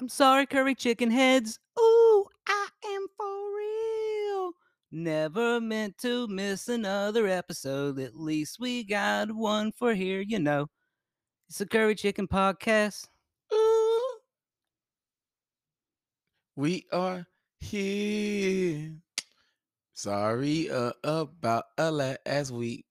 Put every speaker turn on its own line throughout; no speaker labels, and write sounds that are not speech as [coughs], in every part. I'm sorry, curry chicken heads. Ooh, I am for real. Never meant to miss another episode. At least we got one for here, you know. It's a curry chicken podcast. Ooh.
Uh-huh. We are here. Sorry uh, about a last week,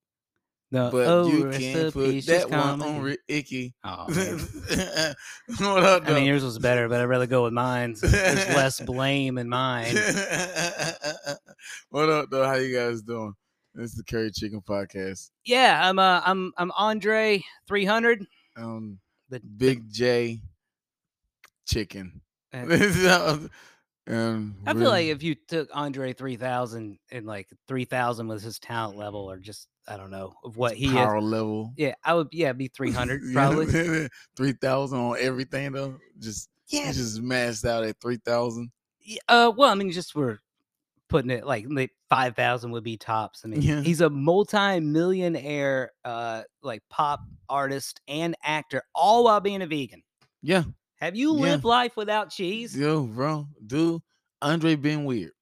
The
but you
rest
can
of
put
peaches
that one on
comedy.
Ricky. [laughs]
Aw, man.
what up,
I mean,
though?
yours was better, but I'd rather go with mine. There's
[laughs]
less blame in mine.
what up, though? How you guys doing? This is the Curry Chicken Podcast.
Yeah, I'm uh, I'm I'm Andre 300.
Um,
The the-
Big J Chicken. [laughs]
uh,
um, I
I feel like if you took Andre 3000 and like 3000 was his talent level or just I don't know of what he is.
power level.
Yeah, I would yeah, it'd be 300
[laughs] Yeah,
probably.
3,000 on everything, though. Just,
Yeah.
just maxed out at 3,000.
y- Uh well, I mean just we're putting it like like 5000 would be tops. I mean,
Yeah.
he's a multi-millionaire uh like pop artist and actor all while being a vegan.
Yeah.
Have you
Yeah.
lived life without cheese?
Yo, bro, dude, Andre been weird.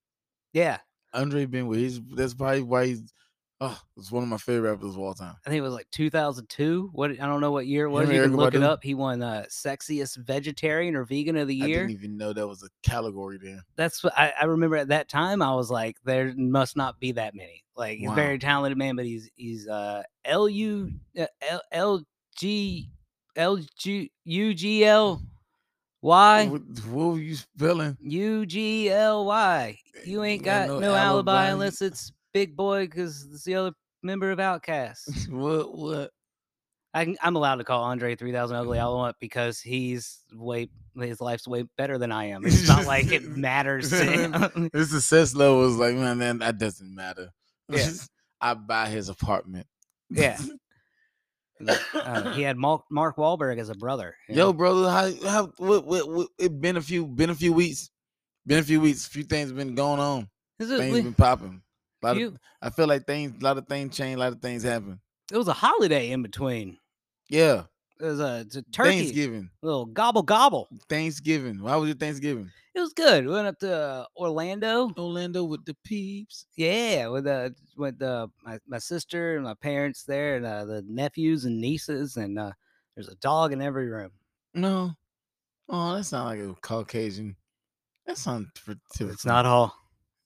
Yeah.
Andre been weird. He's, that's probably why he's oh, it's one of my favorite rappers of all time.
I think it was like 2002. What I don't know what year it was.
and
You can
Erykah
look it
Badu.
up. He won uh, sexiest vegetarian or vegan of the
I
year.
didn't even know that was a category then.
That's what I, I remember at that time. I was like, there must not be that many. Like he's a
Wow.
very talented man, but he's he's uh L U uh, L L G L G U G L Y
What, what were you spelling?
U G L Y. You ain't got no, alibi
[laughs]
unless it's Big Boy, because it's the other member of Outcast.
what what
I can, I'm allowed to call Andre 3000 ugly
Mm-hmm.
all I want because he's way his life's way better than I am. It's not
[laughs]
like it matters to him.
his success level is like, man, man, that doesn't matter.
Yeah.
[laughs] I buy his apartment.
[laughs]
[laughs]
Yeah. Uh, he had Mark, Mark Wahlberg as a brother. you
Yo,
know?
brother, how how what, what what it been a few been a few weeks. Been a few weeks, few things been going on.
This is-
Things
we-
been popping. A lot of,
you-
I feel like things, a lot of things change, a lot of things happen.
it was a holiday in between.
Yeah,
It was a, it's a turkey,
Thanksgiving,
little gobble gobble.
Thanksgiving. Why was it Thanksgiving?
It was good. We went up to uh, Orlando.
Orlando with the peeps.
Yeah, with uh, with uh, my my sister and my parents there, and uh, the nephews and nieces, and uh, there's a dog in every room.
No, oh, that sounds like a Caucasian. That sounds pretty.
It's not all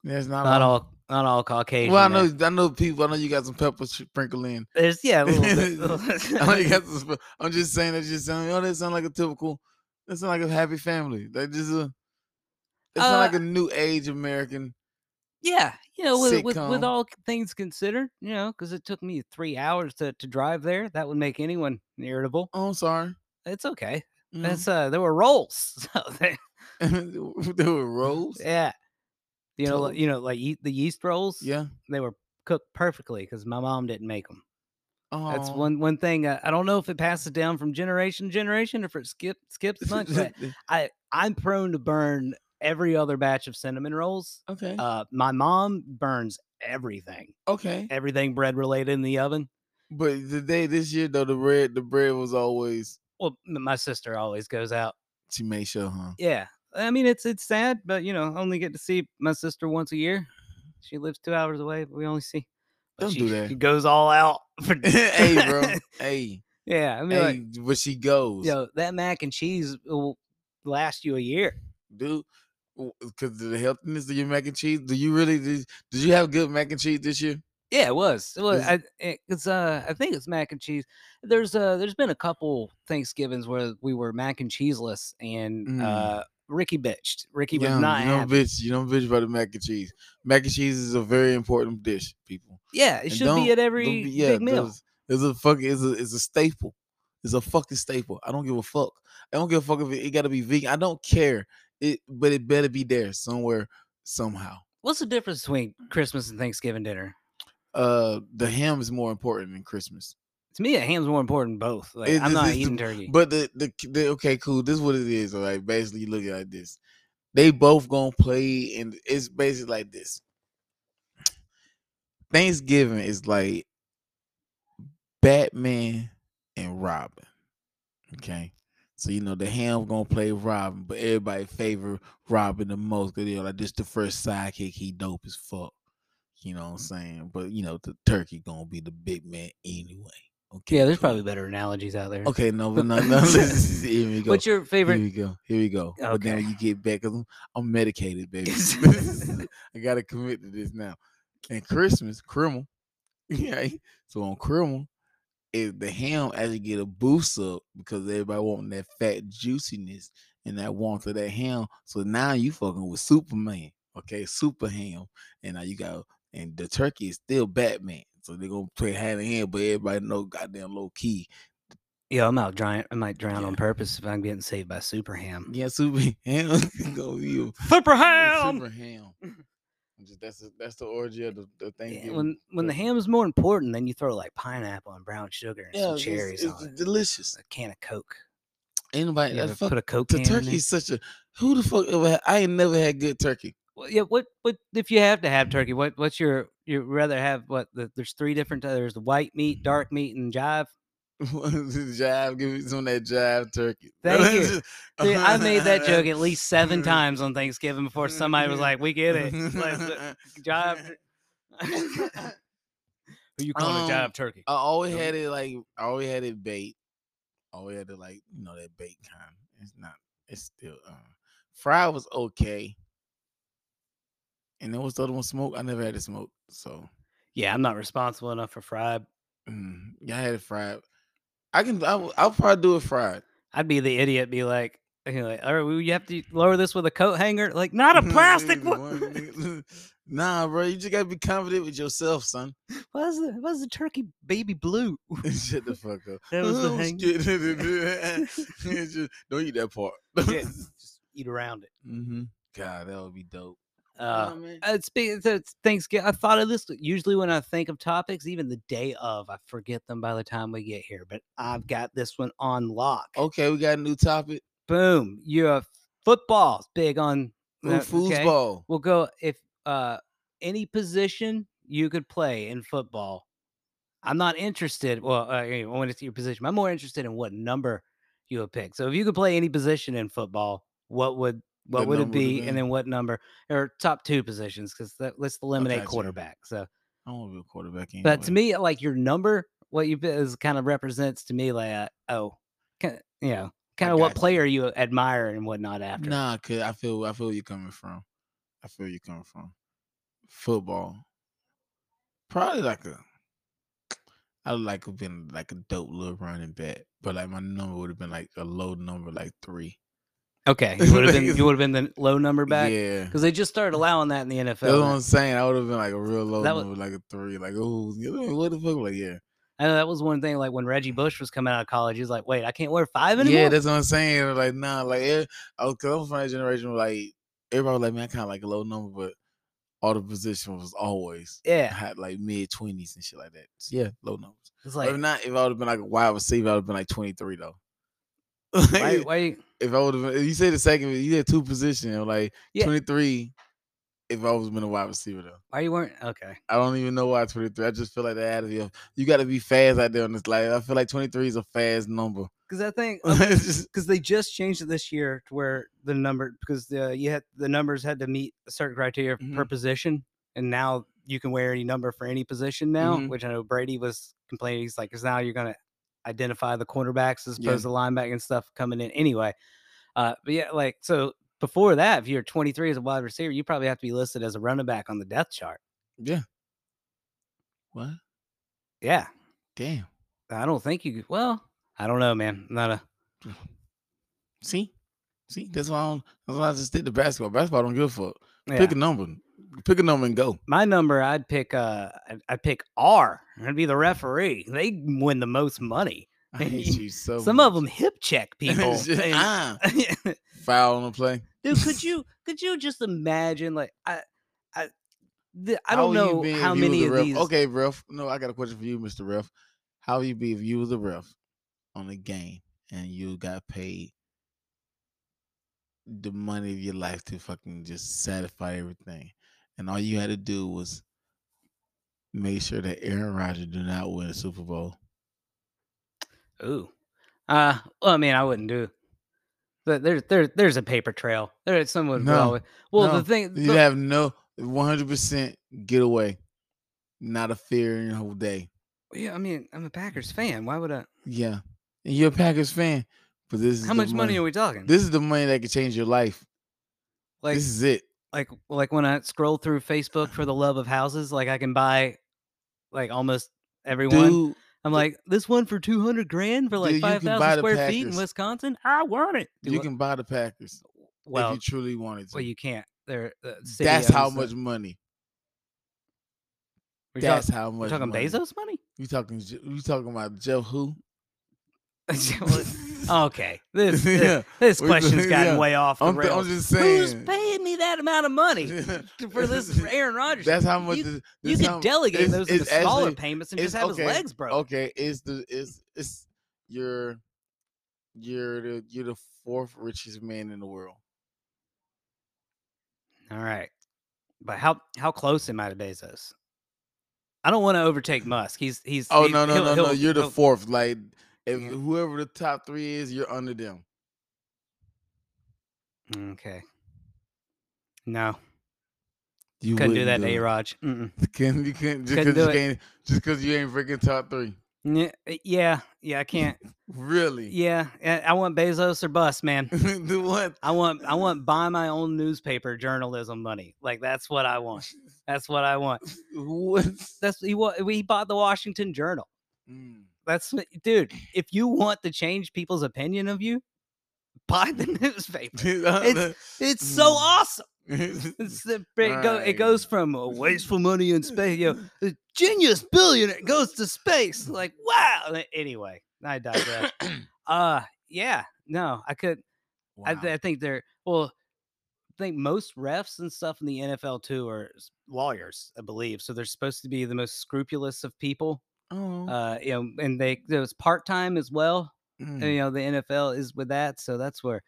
That's not,
not
all.
all not all Caucasian.
Well, I
man.
know, I know people. I know you got some pepper sprinkle in.
There's yeah, a little bit. [laughs]
[laughs] I know you got some, sp- I'm just saying that. Just saying, oh, that sound like a typical. That sound like a happy family. Like just a. It sound
Uh,
like a new age American.
yeah, you know, with, with with
Sitcom.
all c- things considered, you know, because it took me three hours to to drive there, that would make anyone irritable.
Oh, I'm sorry.
It's okay.
Mm. [laughs]
That's uh, there were rolls. [laughs] So they,
there were rolls.
yeah, you know, like-
So-
you know, like ye- the yeast rolls.
Yeah.
they were cooked perfectly because my mom didn't make them.
Oh,
That's
[laughs]
one one thing. uh, I, I don't know if it passes down from generation to generation, or if it skip skips
[laughs]
much. But I I'm prone to burn every other batch of cinnamon rolls.
okay.
Uh, my mom burns everything,
okay.
everything bread related in the oven.
But today, this year though, the bread, the bread was always
Well, m- my sister always goes out.
she made sure, huh? [laughs]
Yeah, I mean it's it's sad, but you know, I only get to see my sister once a year. She lives two hours away. But we only see. but
Don't
she,
do that.
She [laughs] goes all out. For,
[laughs] hey, bro. Hey,
[laughs] yeah, I mean, like,
hey, but she goes,
yo, that mac and cheese will last you a year.
dude. Because the healthiness of your mac and cheese. Do you really did, did you have good mac and cheese this year?
Yeah, it was. It was.
Is-
I, it- it's. Uh, I think it's mac and cheese. There's. Uh, there's been a couple Thanksgivings where we were mac and cheeseless, and
Mm.
uh, Ricky bitched. Ricky was
Yum,
not
you don't
happy.
bitch. You don't bitch about the mac and cheese. Mac and cheese is a very important dish, people.
Yeah, it
And
should
don't-
be at
don't
every
be- yeah,
big meal.
there's- It's a fucking. It's a. It's a staple. It's a fucking staple. I don't give a fuck. I don't give a fuck if it, it got to be vegan. I don't care. It, but it better be there somewhere, somehow.
What's the difference between Christmas and Thanksgiving dinner?
Uh, the ham is more important than Christmas.
To me, a ham's more important than both. Like,
It-
I'm
this
not
is the-
eating turkey.
But the the, c- the okay, cool. This is what it is. All right. Basically, you look at it like this. They both gonna play, and it's basically like this. Thanksgiving is like Batman and Robin. Okay. So you know the ham gonna play Robin, but everybody favor Robin the most because they're like this the first sidekick. He dope as fuck. You know what I'm saying? But you know the turkey gonna be the big man anyway. Okay.
Yeah, there's
cool.
probably better analogies out there.
Okay, no, but no, [laughs] no.
[laughs]
let's- here we go.
What's your
Here
favorite?
we go. Here we go. But now
Okay.
you get back 'cause I'm, I'm
[laughs]
medicated, baby. [laughs] I gotta commit to this now. And Christmas, Crimmel. [laughs] Yeah. So on Crimmel, if the ham actually get a boost up because everybody wanting that fat juiciness and that warmth of that ham. So now you fucking with Superman. Okay, super ham. And now you got and the turkey is still Batman. So they're gonna play hand in hand, but everybody know goddamn low key.
Yeah, I'm out drying. I might drown
Yeah.
on purpose if I'm getting saved by Super Ham.
Yeah, super ham [laughs] go you.
Super
Super ham. I'm Just, that's the- that's the orgy of the, the thing.
when when the
turkey.
ham is more important, then you throw like pineapple and brown sugar and some cherries
it's,
on it.
delicious.
A can of Coke.
Anybody
You ever
that's fuck,
put a Coke
the
can in there?
turkey's such a who the fuck ever had, I ain't never had good turkey. [laughs]
Well, yeah, what what if you have to have turkey? What what's your you rather have what? The, there's three different. ty- There's the white meat,
[laughs]
dark meat, and jive.
jive, give me some of that jive turkey. [laughs]
Thank you. See, I made that joke at least seven
Mhm.
times on Thanksgiving before somebody was like, "We get it, like, the jive."
[laughs]
[laughs] tur- Who you calling a
Um,
jive turkey?
I always
Don't-
had it like I always had it bait. Always had it like you know that bait kind. It's not. It's still. Uh, fried was okay. And then what's the other one? Smoke. I never had it smoke. So
yeah, I'm not responsible enough for fried.
mm, yeah, I had it fried. I can. I, will I'll probably do it fried.
I'd be the idiot, be like, you know, like, all right, well, you have to lower this with a coat hanger, like not a
[laughs]
plastic [laughs]
Hmm,
one.
one. [laughs] nah, bro. You just gotta be confident with yourself, son. [laughs]
Why's the why's the turkey baby blue? [laughs]
Shut the fuck up. [laughs]
That was the
I'm
hang- [laughs]
scared. It's [laughs] just- Don't eat that part. [laughs]
Yeah, just eat around it.
hmm God, that would be dope.
Uh,
Nah, man.
it's, it's Thanksgiving. I thought of this usually when I think of topics, even the day of, I forget them by the time we get here. But I've got this one on lock.
Okay, we got a new topic.
boom! You're football's big on
New
Uh, okay.
foosball.
We'll go if uh any position you could play in football. I'm not interested. Well, uh, you know, when it's your position, I'm more interested in what number you would pick. So if you could play any position in football, what would what
What
would it
number would it
be,
be?
and then what number or top two positions? Because that, let's eliminate
gotcha.
quarterback. So,
I want to be a quarterback. Anyway.
but to me, like your number, what you be- is kind of represents to me like uh, oh, kind you know, kind of what
got you.
player you admire and whatnot after.
nah, cause I feel I feel where you're coming from. I feel where you're coming from. Football, probably like a. I would like have been like a dope little running back, but like my number would have been like a low number, like three.
Okay, you would have been
[laughs]
you would have been the low number back.
Yeah,
because they just started allowing that in the NFL.
that's what
now.
I'm saying. I would have been like a real low
That was-
number, like a three. Like oh, you know, what the fuck? Like yeah,
I know that was one thing. Like when Reggie Bush was coming out of college, he was like, "Wait, I can't wear five anymore."
Yeah, that's what I'm saying. Like, nah, like, eh, I was, cause I'm from that generation. Where, like, everybody was like, man, I kind of like a low number, but all the position was always
yeah.
had like mid twenties and shit like that. So, yeah, low numbers.
It's
But
like,
if not, if I would have been like a wide receiver, I would have been like 23 though. [laughs]
why, why? you-
if I would have, you said the second, you had two positions, like
Yeah.
23. If I was been a wide receiver though,
Why you weren't okay?
I don't even know why 23. I just feel like that out of you. You got to be fast out there on this life. I feel like 23 is a fast number. [laughs]
Because I think
It's just-
because they just changed it this year to where the number because the you had the numbers had to meet a certain criteria per
Mhm.
position, and now you can wear any number for any position now.
Mhm.
Which I know Brady was complaining. He's like, "Cause now you're gonna identify the cornerbacks as
Yeah.
opposed to linebacker and stuff coming in anyway." Uh, but yeah, like so before that, if you're 23 as a wide receiver, you probably have to be listed as a running back on the death chart.
yeah. What?
Yeah,
Damn.
I don't think you. could- Well, I don't know, man. Not a
See, see, that's why I don't, that's why I just stick to basketball. Basketball don't give a fuck.
yeah.
Pick a number, pick a number and go.
my number i'd pick uh i'd, I'd pick r i'd be the referee they win the most money
I hate
[laughs]
you so.
some
[laughs]
of them hip check people
It's just,
and-
ah, foul on the play.
[laughs] dude
[laughs]
could you could you just imagine like i i the, i don't
would you
know
be
how
if you was
many
a
of
ref?
these
Okay, ref. No, I got a question for you, Mister Ref. How you be if you was a ref on a game and you got paid the money of your life to fucking just satisfy everything, and all you had to do was make sure that Aaron Rodgers do not win a Super Bowl.
ooh uh well, i mean i wouldn't do There- There's there, there's a paper trail. There someone would
No,
always- Well,
no,
the thing
You
the-
have no 100% getaway. Not a fear in your whole day.
yeah, I mean, I'm a Packers fan. Why would I?
Yeah. And you're a Packers fan, but this is
How
the
much money are we talking?
This is the money that could change your life.
like
this is it.
like like when I scroll through Facebook for the love of houses, like I can buy like almost everyone.
Dude,
I'm like this one for two hundred grand for like
Dude, you
five
can buy
thousand
the
square feet in
Packers.
Wisconsin. I want it. Do
you
what-
can buy the Packers
well,
if you truly wanted to.
well, you can't. They're the city
that's how
owns the-
much money.
We're talk-
That's how
we're
much.
talking
money.
Bezos
[laughs]
money. [laughs]
You talking? Je- You talking about Jeff who?
Well,
[laughs]
okay, this this,
Yeah,
this
we-
question's gotten
[laughs] yeah.
way off the
I'm, th- I'm
rails.
just
Who's
saying.
paying me that amount of
[laughs]
money to- for this Aaron Rodgers?
That's how much.
You,
this,
you
this how-
could delegate
it's-
those into
it's actually-
smaller payments and just
it's
have
okay,
his legs broken.
Okay, it's the it's it's you're you're the you're the fourth richest man in the world.
All right. But how how close am I to Bezos? I don't want to overtake Musk. He's he's
Oh
he-
no no
he'll-
no no!
he'll-
You're the
he'll-
fourth. Like if
Yeah.
whoever the top three is, you're under them.
Mm, Okay. No,
You
couldn't do
wouldn't
that to A
it.
Raj. Mm-mm.
Couldn't you couldn't just
Couldn't
because you
do it.
can't just because you ain't freaking top three.
Nye- eh, Yeah, yeah, I
[laughs]
can't.
Really?
Yeah, eh, I I want Bezos or bust,
[laughs]
man.
Do what?
I want I want buy my own newspaper journalism money. Like that's what I
[laughs]
want. That's what I want.
What?
That's he wa- he bought the Washington Journal.
[laughs] Mm.
That's what- dude. If you want to change people's opinion of you, buy the [laughs] newspaper. It's so
Mm. [laughs]
awesome. It's the, it, go, it
Right.
goes from uh, wasteful money in space, yo, the genius billionaire goes to space. Like, wow. A- Anyway, I digress.
[coughs]
uh, yeah, no, I could. I, th- I think they're well. I think most refs and stuff in the NFL too are s- lawyers, I believe. So they're supposed to be the most scrupulous of people.
oh.
Uh, you know, and they it was part time as well
mm.
you know the NFL is with that. So that's where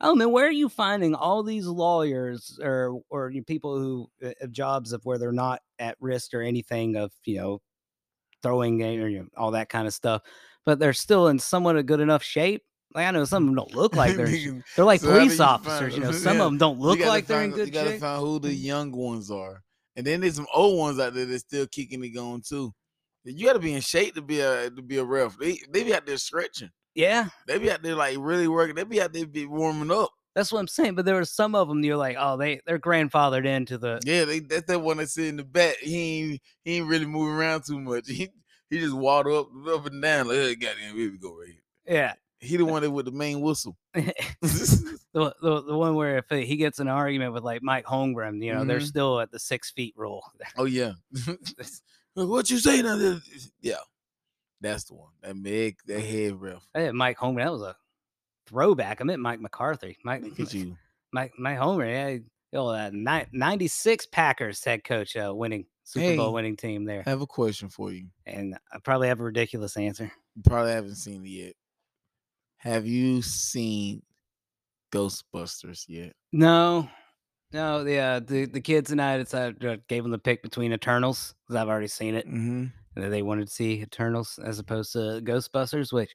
I don't know where are you finding all these lawyers or or you people who uh, have jobs of where they're not at risk or anything of you know throwing a- or you know, all that kind of stuff, but they're still in somewhat a good enough shape. Like I know some of them don't look
[laughs]
like they're in sh-
Nigga,
they're like
So how do
police
you
officers. You know
[laughs] find-
some
yeah,
of them don't
you
look
gotta
like they're in
find-
good
You gotta
shape.
find who the
Mhm.
young ones are, and then there's some old ones out there that's still kicking and going too. You gotta be in shape to be a to be a ref. They they be out there stretching.
Yeah,
They be out there like really working. They be out there be warming up.
that's what I'm saying. But there were some of them you're like, oh, they they're grandfathered into the
Yeah, they, that's that one that's sitting in the back. He ain't he ain't really moving around too much. He he just waddle up up and down. Like, hey, goddamn, here we go right here.
yeah.
He the one that with the main whistle. [laughs]
the, the the one where if uh, he gets in an argument with like Mike Holmgren, you know, they're
Mhm.
still at the six feet rule. [laughs]
oh yeah. [laughs] Like, what you saying? out there?" Yeah, that's the one. That Meg, that head ref.
Hey, Mike Holmgren, that was a throwback. I meant Mike McCarthy. Mike
Look at you.
Mike Mike Holmgren, yeah. he- Oh, uh, ni- 96 Packers head coach, uh, winning Super
Hey.
Bowl winning team there.
I have a question for you.
And I probably have a ridiculous answer.
You probably haven't seen it yet. Have you seen Ghostbusters yet?
No, no, the, uh, the, the kids and I decided uh, gave them the pick between Eternals because I've already seen it.
Mm-hmm.
that they wanted to see Eternals as opposed to Ghostbusters, which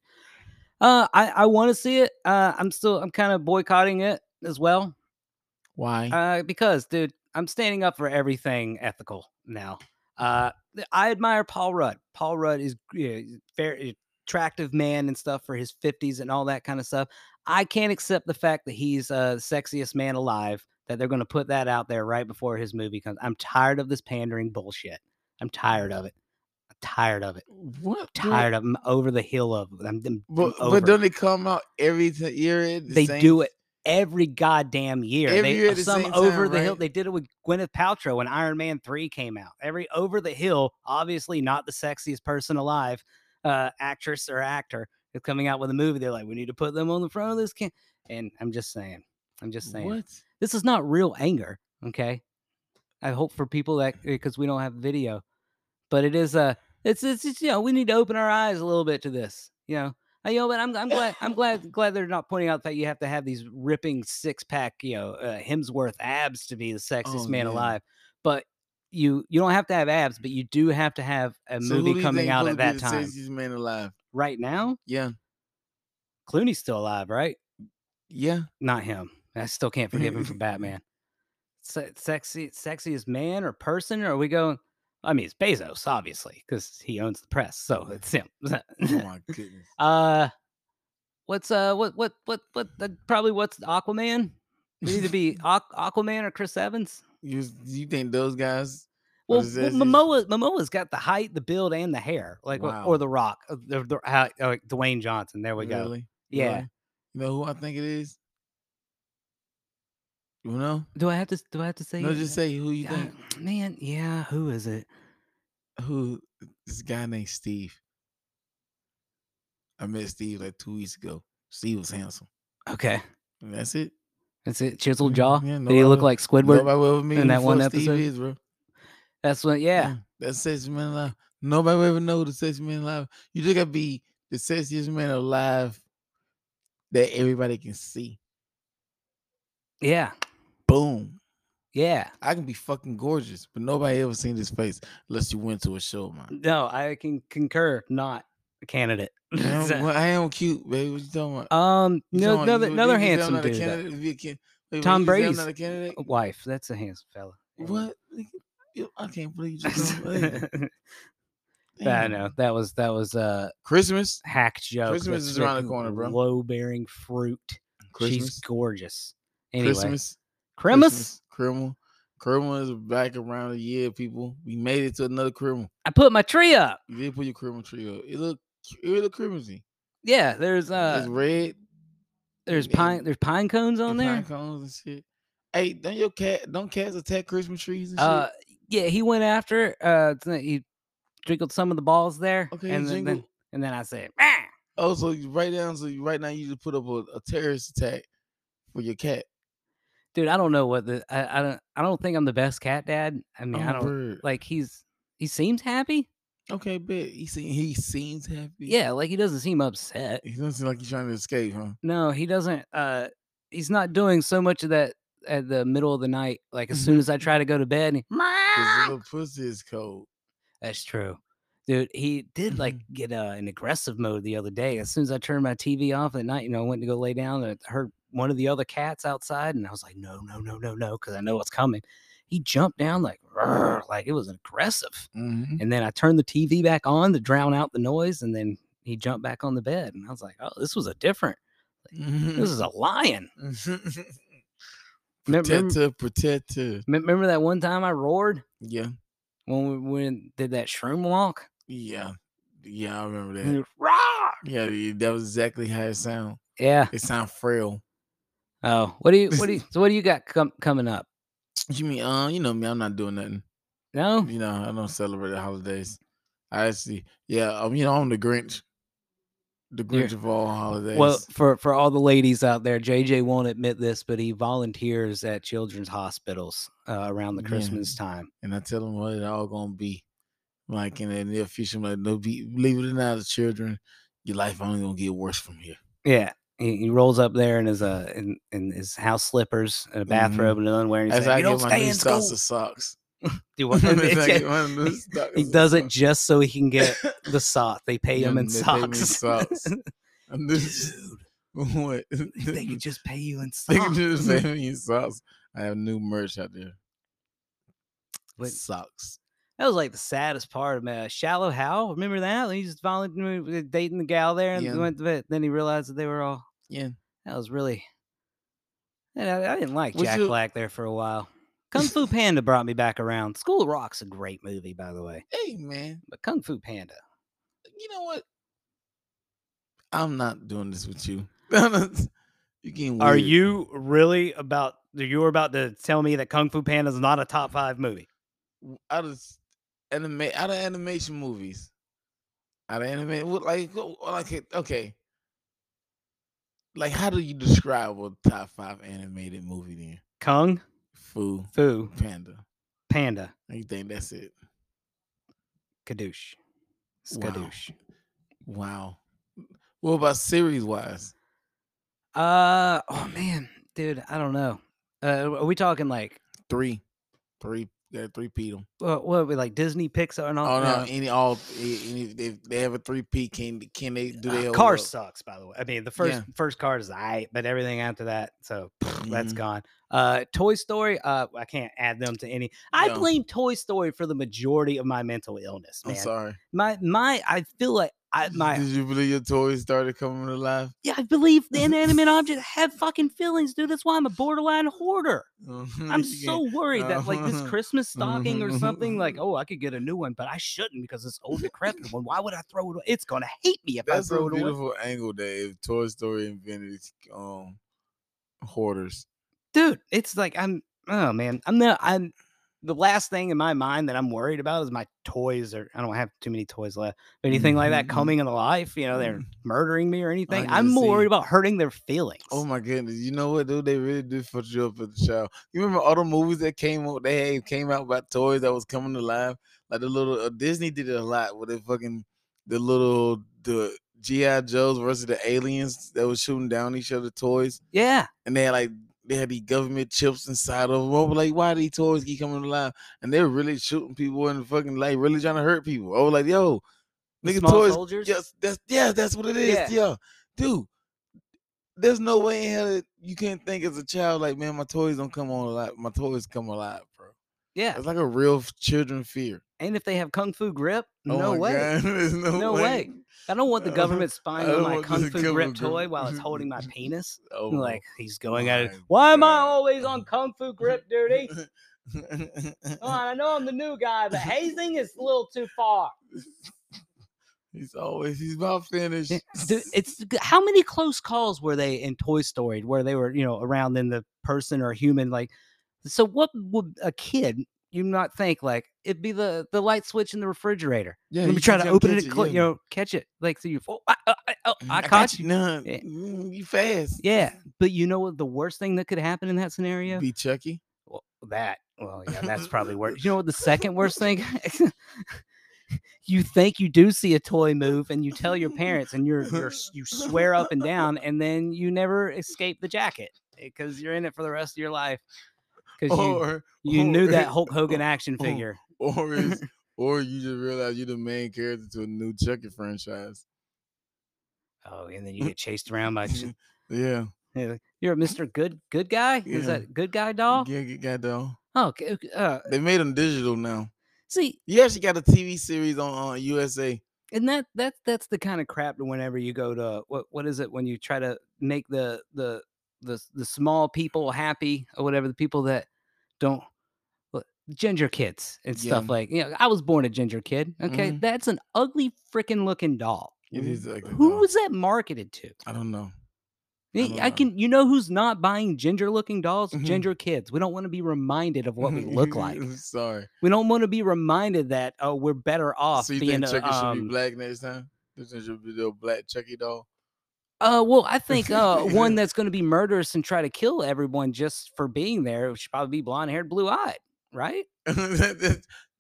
uh, I I want to see it. Uh, I'm still I'm kind of boycotting it as well
Why?
uh, because dude, I'm standing up for everything ethical now. Uh, th- I admire Paul Rudd. Paul Rudd is you know, very attractive man and stuff for his 50s and all that kind of stuff. I can't accept the fact that he's uh, the sexiest man alive. That they're going to put that out there right before his movie comes. I'm tired of this pandering bullshit. I'm tired of it. I'm tired of it
what? do-
tired of them, over the hill of them. them
But
over.
but
it.
don't they come out every t- year? at the
they
same-
do it every goddamn year.
Every
they,
year
uh,
at the
some
same
over
time,
the hill.
right?
They did it with Gwyneth Paltrow when Iron Man three came out. Every over the hill, obviously not the sexiest person alive, uh, actress or actor is coming out with a movie. They're like, we need to put them on the front of this can. And I'm just saying, I'm just saying,
What?
this is not real anger. Okay, I hope for people that because we don't have video, but it is a it's it's, it's you know we need to open our eyes a little bit to this. You know, I, you know, but I'm I'm glad I'm glad glad they're not pointing out that you have to have these ripping six pack you know uh, Hemsworth abs to be the sexiest
Oh,
man
yeah.
alive, but. You you don't have to have abs, but you do have to have a
So who do
movie
you
coming
think
out
gonna
at
be
that
the
time.
sexiest man alive.
Right now,
Yeah,
Clooney's still alive, right? [laughs]
Yeah.
Not him. I still can't forgive
[laughs]
him for Batman. Se- sexy, sexiest man or person? Or are we going? I mean, it's Bezos, obviously, because he owns the press, so it's him.
Oh my goodness.
[laughs] uh, what's uh, what, what, what, what? Uh, probably what's Aquaman? We need to
[laughs]
be Aqu- Aquaman or Chris Evans.
You you think those guys?
Well,
is
well
this-
Momoa, Momoa's got the height, the build, and the hair, like or-
Wow.
or the Rock, uh, the, the, uh, uh, Dwayne Johnson. There we go.
Really?
Yeah.
Really? You know who I think it is? You know?
Do I have to? Do I have to say?
No,
it?
just say who you
Uh,
think.
man, yeah. Who is it?
Who this guy named Steve? I met Steve like two weeks ago. Steve was handsome.
Okay,
And that's it.
that's it. Chiseled
Yeah,
jaw.
Mm-hmm. yeah,
Did he look
nobody-
like Squidward?
Nobody will ever meet
in
who
that
the
one
fuck Steve
episode?
is, bro.
That's what. Yeah.
That's sexiest man alive. Nobody will ever know who the sexiest man alive. You just gotta be the sexiest man alive that everybody can see.
Yeah.
Boom.
Yeah.
I can be fucking gorgeous, but nobody ever seen this face unless you went to a show
[laughs]
of mine.
No, I can concur. Not a candidate.
I
[laughs]
am,
So-
well, I am cute, baby. What you talking about?
um,
You
no,
talking-
another
you-
another
you think
handsome
I'm not a
dude. though.
candidate to be a can-
Tom
wait, you think I'm
Brady's-
not a candidate?
Wife. That's a handsome fella. Yeah. [laughs]
What? Nigga, you- I can't believe you just told me.
I
Damn.
know that was that was a
Christmas.
hack joke.
Christmas
that's
is around the
with
corner, bro.
Low bearing fruit. She's
Christmas.
gorgeous. Anyway,
Christmas.
Christmas.
Christmas. Christmas is back around the year, people. We made it to another Christmas.
I put my tree up.
You did put your Christmas tree up. It look cu- it look Christmasy.
Yeah, there's
it's
uh,
red.
there's
and-
pine, there's pine cones on
and
there.
pine cones and shit. Hey, don't your cat don't cats attack Christmas trees and shit?
Uh, yeah, he went after. it, Uh, it's not- he jingled some of the balls there.
okay,
and
and
then,
jingle.
then and then I said, "Meow."
Oh, so you right down. So you, right now you just put up a, a terrorist attack for your cat.
dude, I don't know what the I, I don't I don't think I'm the best cat dad. I mean,
Oh,
I don't
bird.
like he's he seems happy.
Okay, bet he seem, he seems happy.
Yeah, like he doesn't seem upset.
he doesn't seem like he's trying to escape, huh?
No, he doesn't. Uh, he's not doing so much of that at the middle of the night. Like as
Mm-hmm.
soon as I try to go to bed, he,
'Cause the
"Meow."
little pussy is cold.
That's true. Dude, he did like
Mm-hmm.
get uh, in aggressive mode the other day. As soon as I turned my TV off at night, you know, I went to go lay down and I heard one of the other cats outside, and I was like, no, no, no, no, no, because I know what's coming. He jumped down like, "Rrr," like it was aggressive.
Mm-hmm.
And then I turned the TV back on to drown out the noise, and then he jumped back on the bed, and I was like, oh, this was a different.
Mm. Mm-hmm.
This is a lion.
[laughs]
Remember, remember,
protector, protector.
remember that one time I roared
Yeah,
when we when did that shroom walk?
yeah, yeah. I remember
And
that.
it- "Rah!"
Yeah, y- that was exactly how it sound.
Yeah.
It sound frail.
Oh, what do you
[laughs]
what do you, so what do you got com- coming up?
You mean, uh, you know me. I'm not doing nothing.
No,
You know, I don't celebrate the holidays. I actually, yeah. Um, you know, I'm the Grinch. The
You're-
Grinch of all holidays.
well for for all the ladies out there, JJ won't admit this, but he volunteers at children's hospitals uh, around the
Yeah.
Christmas time.
and I tell them what it all gonna be. Like in the near future, I'm like, no, be, believe it or not, the children, your life only gonna get worse from here.
Yeah, he, he rolls up there in his uh in, in his house slippers and a
Mhm.
bathrobe and underwear. And he's
As
like,
I
you don't
get my
stay
new
in
salsa
school. [laughs]
socks.
Do
[laughs]
what-
As I get
Yeah.
my new
[laughs]
salsa
He does it
socks.
just so he can
[laughs]
get the sock. They pay him
Yeah,
in
they pay me in
socks. [laughs]
socks. I'm
Dude,
just- [laughs] what?
if they could just pay you in
[laughs] They
socks.
can just send me in socks. I have new merch out there.
But-
socks.
That was like the saddest part of uh, Shallow Hal. Remember that? He just volunteered dating the gal there and
Yeah.
went to bed. Then he realized that they were all.
Yeah.
That was really. And I, I didn't like
What's
Jack
your-
Black there for a while. Kung Fu Panda brought me back around. School of Rock's a great movie, by the way.
Hey man,
But Kung Fu Panda.
you know what? I'm not doing this with you. [laughs] you getting weird.
Are you really about. You're about to tell me that Kung Fu Panda is not a top five movie.
w- out of s- anima- out of animation movies, out of anime, what like go- like it- okay, like how do you describe a top five animated movie then?
Kung
Foo
Fu
Panda.
Panda.
You think that's it?
Kadoosh. It's
Wow.
Kadoosh.
Wow. What about series wise?
Uh oh man, dude, I don't know. Uh, are we talking like
Three, three gotta three P them.
Well, what are we like Disney, Pixar, and all
Oh no,
no.
any all any, if they have a three P, can can they do
Uh,
they
car sucks, by the way. I mean, the first
Yeah.
first car is I, but everything after that, so
Mm-hmm.
that's gone. Uh, Toy Story, uh, I can't add them to any. I
No.
blame Toy Story for the majority of my mental illness,
I'm
man.
sorry.
My my, I feel like I my
[laughs] Did you believe your toys started coming to life? [laughs]
yeah, I believe the inanimate objects have fucking feelings, dude. That's why I'm a borderline hoarder.
[laughs]
I'm so worried that like this
Uh-huh.
Christmas stocking or something, like,
Mhm.
oh, I could get a new one, but I shouldn't because it's old decrepit one. Why would I throw it away? It's gonna hate me if
That's
I throw
a
it away.
beautiful angle that if Toy Story invented um hoarders.
Dude, it's like I'm oh man. I'm the I'm the last thing in my mind that I'm worried about is my toys or I don't have too many toys left. But anything like that
Mhm, mhm.
coming into life, you know, they're
Mm.
murdering me or anything.
can
I'm
just
more
see.
worried about hurting their feelings.
Oh my goodness! You know what, dude? They really did fuck you up as a child. You remember all the movies that came out? They had came out about toys that was coming to life. Like the little uh, Disney did it a lot with the fucking the little the GI Joes versus the aliens that was shooting down each other toys,
yeah.
and they had like they had the government chips inside of them. I was like, why these toys keep coming to life? And they're really shooting people and fucking like really trying to hurt people. I was like, yo,
the
nigga,
small
toys
soldiers.
Yes, that's yeah, that's what it is.
Yeah.
Yeah. Dude, there's no way in hell that you can't think as a child, like, man, my toys don't come on alive. My toys come alive, bro.
Yeah.
It's like a real f- children fear.
And if they have kung fu grip,
Oh
no
my
way.
God, [laughs] there's no,
No way. I don't want the
Uh,
government spying on
don't
my
want
kung
this
fu grip
government
toy
grip-
while it's holding [laughs] my penis.
Oh,
I'm like he's going at it.
my
Why am I
God.
always on kung fu grip [laughs] duty? Come
no.
on, I know I'm the new guy, but hazing is a little too far.
[laughs] he's always he's about
[laughs]
finished.
Dude, it's how many close calls were they in Toy Story where they were, you know, around in the person or human? Like, so what would a kid you not think like it'd be the the light switch in the refrigerator?
Yeah,
Let me
you
try
can
to
jump
open it,
catch
and cl- you
yeah. Mm-hmm.
know, catch it. Like, so you, oh, I, I, I- oh, I
got
caught you.
Nah,
Yeah.
mm, you fast.
Yeah, but you know what? The worst thing that could happen in that scenario? [laughs]
Be Chucky.
Well, that. Well, yeah, that's probably
[laughs]
worse. You know what? The second worst thing. [laughs] you think you do see a toy move, and you tell
[laughs]
your parents, and you're, you're s- you swear up and down, and then you never escape the jacket because you're in it for the rest of your life because you
Or
you knew
or-
that Hulk Hogan action
oh.
figure.
or is
[laughs]
or you just realize you're the main character to a new Chucky franchise.
Oh, and then you get chased around
oh.
by. ch-
[laughs] yeah,
yeah, like, You're a Mr. Good Good Guy. Is
Yeah.
that Good Guy doll?
yeah, get got though.
Oh, okay, okay, uh,
They made them digital now.
see,
You actually got a TV series on, on USA.
and that that that's the kind of crap that whenever you go to what what is it when you try to make the the the the small people happy or whatever the people that don't what- ginger kids and stuff
Yeah.
like you know i was born a ginger kid okay
Mhm.
that's an ugly freaking looking doll
It
Wh-
is ugly
who
doll.
was that marketed to
I don't know.
Y-
don't
I,
know.
can you know who's not buying ginger looking dolls
Mhm.
ginger kids we don't want to be reminded of [laughs] what we look like
I'm [laughs] sorry.
we don't want to be reminded that oh we're better off
so you
being
think
a,
Chucky should
um,
be black next time? This is your video, black Chucky [laughs] doll.
Uh, well,
[laughs]
I think uh, one that's going to be murderous and try to kill everyone just for being there should probably be blonde haired, blue eyed, right?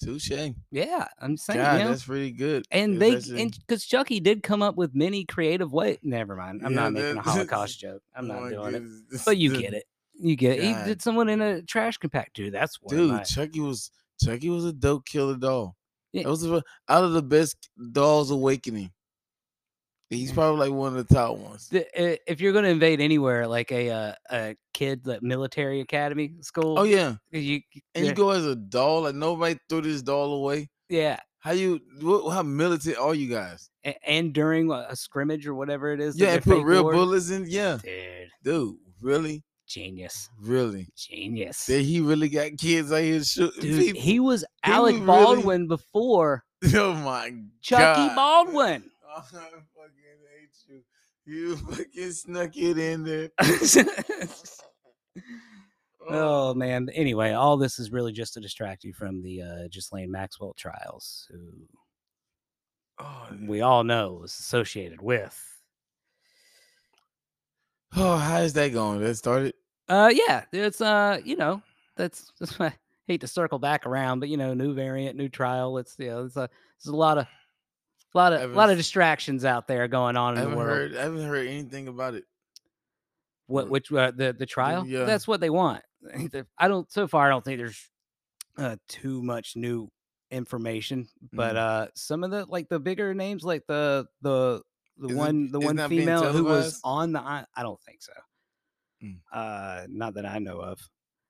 Touche.
Yeah, I'm saying,
God,
you know,
that's really good.
and
If
they
that's your-
and because Chucky did come up with many creative ways. Never mind, I'm
Yeah,
not
[laughs]
making a
that-
Holocaust joke. I'm
oh
not
my
doing it,
goodness,
but you
this-
get it. You get it.
God.
He did someone in a trash compact, dude. That's one of
Dude,
my-
Chucky was Chucky was a dope killer doll.
Yeah.
That was a- out of the best dolls awakening. He's
Yeah.
probably like one of the top ones.
The- i- if you're going to invade anywhere, like a uh, a kid, like military academy school,
Oh yeah,
you, there-
and you go as a doll. Like nobody threw this doll away.
yeah,
How you? What, how militant are you guys?
a- and during a, a scrimmage or whatever it is. that
yeah,
they're
and put
fake
real
war.
bullets in. Yeah,
Dude,
dude, really,
genius,
really.
genius.
Did he really got kids out here shooting
Dude,
people?
he was
he
Alec
was really-
Baldwin before
[laughs] oh my
Chucky
God. [laughs] Oh,
Baldwin.
I fucking hate you. You [laughs] fucking snuck it
[laughs]
in there.
oh man. Anyway, all this is really just to distract you from the uh, Ghislaine Maxwell trials, who
Oh,
we all know was associated with.
oh, how is that going? That started.
Uh, yeah, it's uh, you know, that's that's why I hate to circle back around, but you know, new variant, new trial. It's you know, it's a there's a lot of. A lot of, lot of
Haven't-
distractions out there going on
I
in the
haven't
world.
heard. I haven't heard anything about it.
What
Or-
which uh, the the trial? [laughs]
yeah.
That's what they want. I don't. So far, I don't think there's uh, too much new information, but
Mm-hmm.
uh, some of the like the bigger names, like the the the
Isn't-
one the
it's
one
not being
female who was
televised?
on the I, I don't think so.
Mm.
Uh, not that I know of.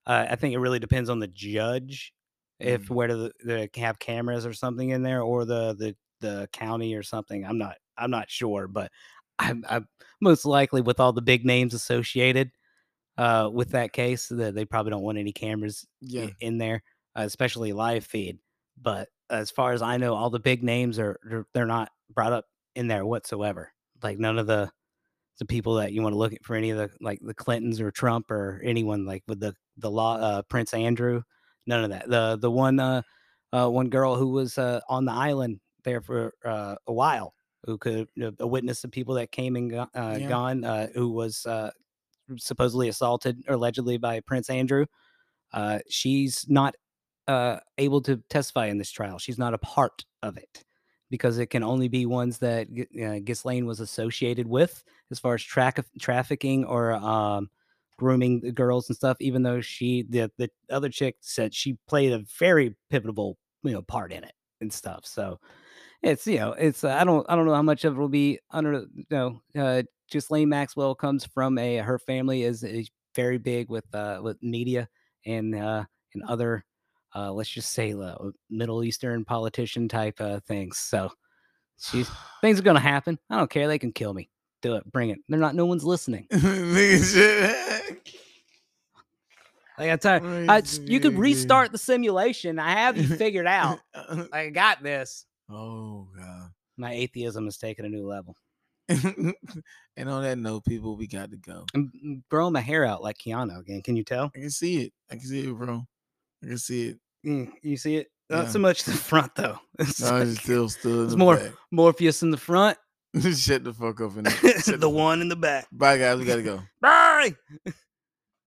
Uh, I think it really depends on the judge if
Mm.
whether the, they have cameras or something in there or the the the county or something. I'm not I'm not sure, but I'm, I'm most likely with all the big names associated uh, with that case that they probably don't want any cameras
Yeah.
i- in there, uh, especially live feed. But as far as I know, all the big names are they're- they're not brought up in there whatsoever. Like none of the the people that you want to look at for any of the like the Clintons or Trump or anyone like with the the law uh, Prince Andrew, none of that. The the one uh, uh one girl who was uh, on the island there for uh, a while who could you know, a witness to people that came and go- uh,
Yeah.
gone uh, who was uh, supposedly assaulted or allegedly by Prince Andrew. Uh, she's not uh, able to testify in this trial. She's not a part of it because it can only be ones that G- uh, Ghislaine was associated with as far as track trafficking or um, grooming the girls and stuff. Even though she, the the other chick, said she played a very pivotal you know part in it and stuff. So it's you know it's uh, I don't I don't know how much of it will be under you know uh, Ghislaine Maxwell comes from a her family is, is very big with uh, with media and uh, and other uh, let's just say uh, Middle Eastern politician type uh, things. So
[laughs]
she's things are gonna happen. I don't care. They can kill me. Do it. Bring it. They're not. No one's listening. Like I tell you, I, Uh, s- you could restart the simulation. I have you figured out. Mm-hmm. [laughs] I got this.
[laughs] oh god. [laughs]
My atheism is taking a new level.
and on that note, people, we got to go.
I'm I'm growing my hair out like Keanu again. Can you tell?
I can see it. I can see it, bro. I can see it.
Mm, you see it? Not
Yeah.
so much the front though. [laughs] It's
No, it's
like
still still. in
it's
the
more-
back.
Morpheus in the
[laughs]
front, [laughs]
Shut the fuck up and shut
the one in the back.
Bye guys, we gotta go.
Bye.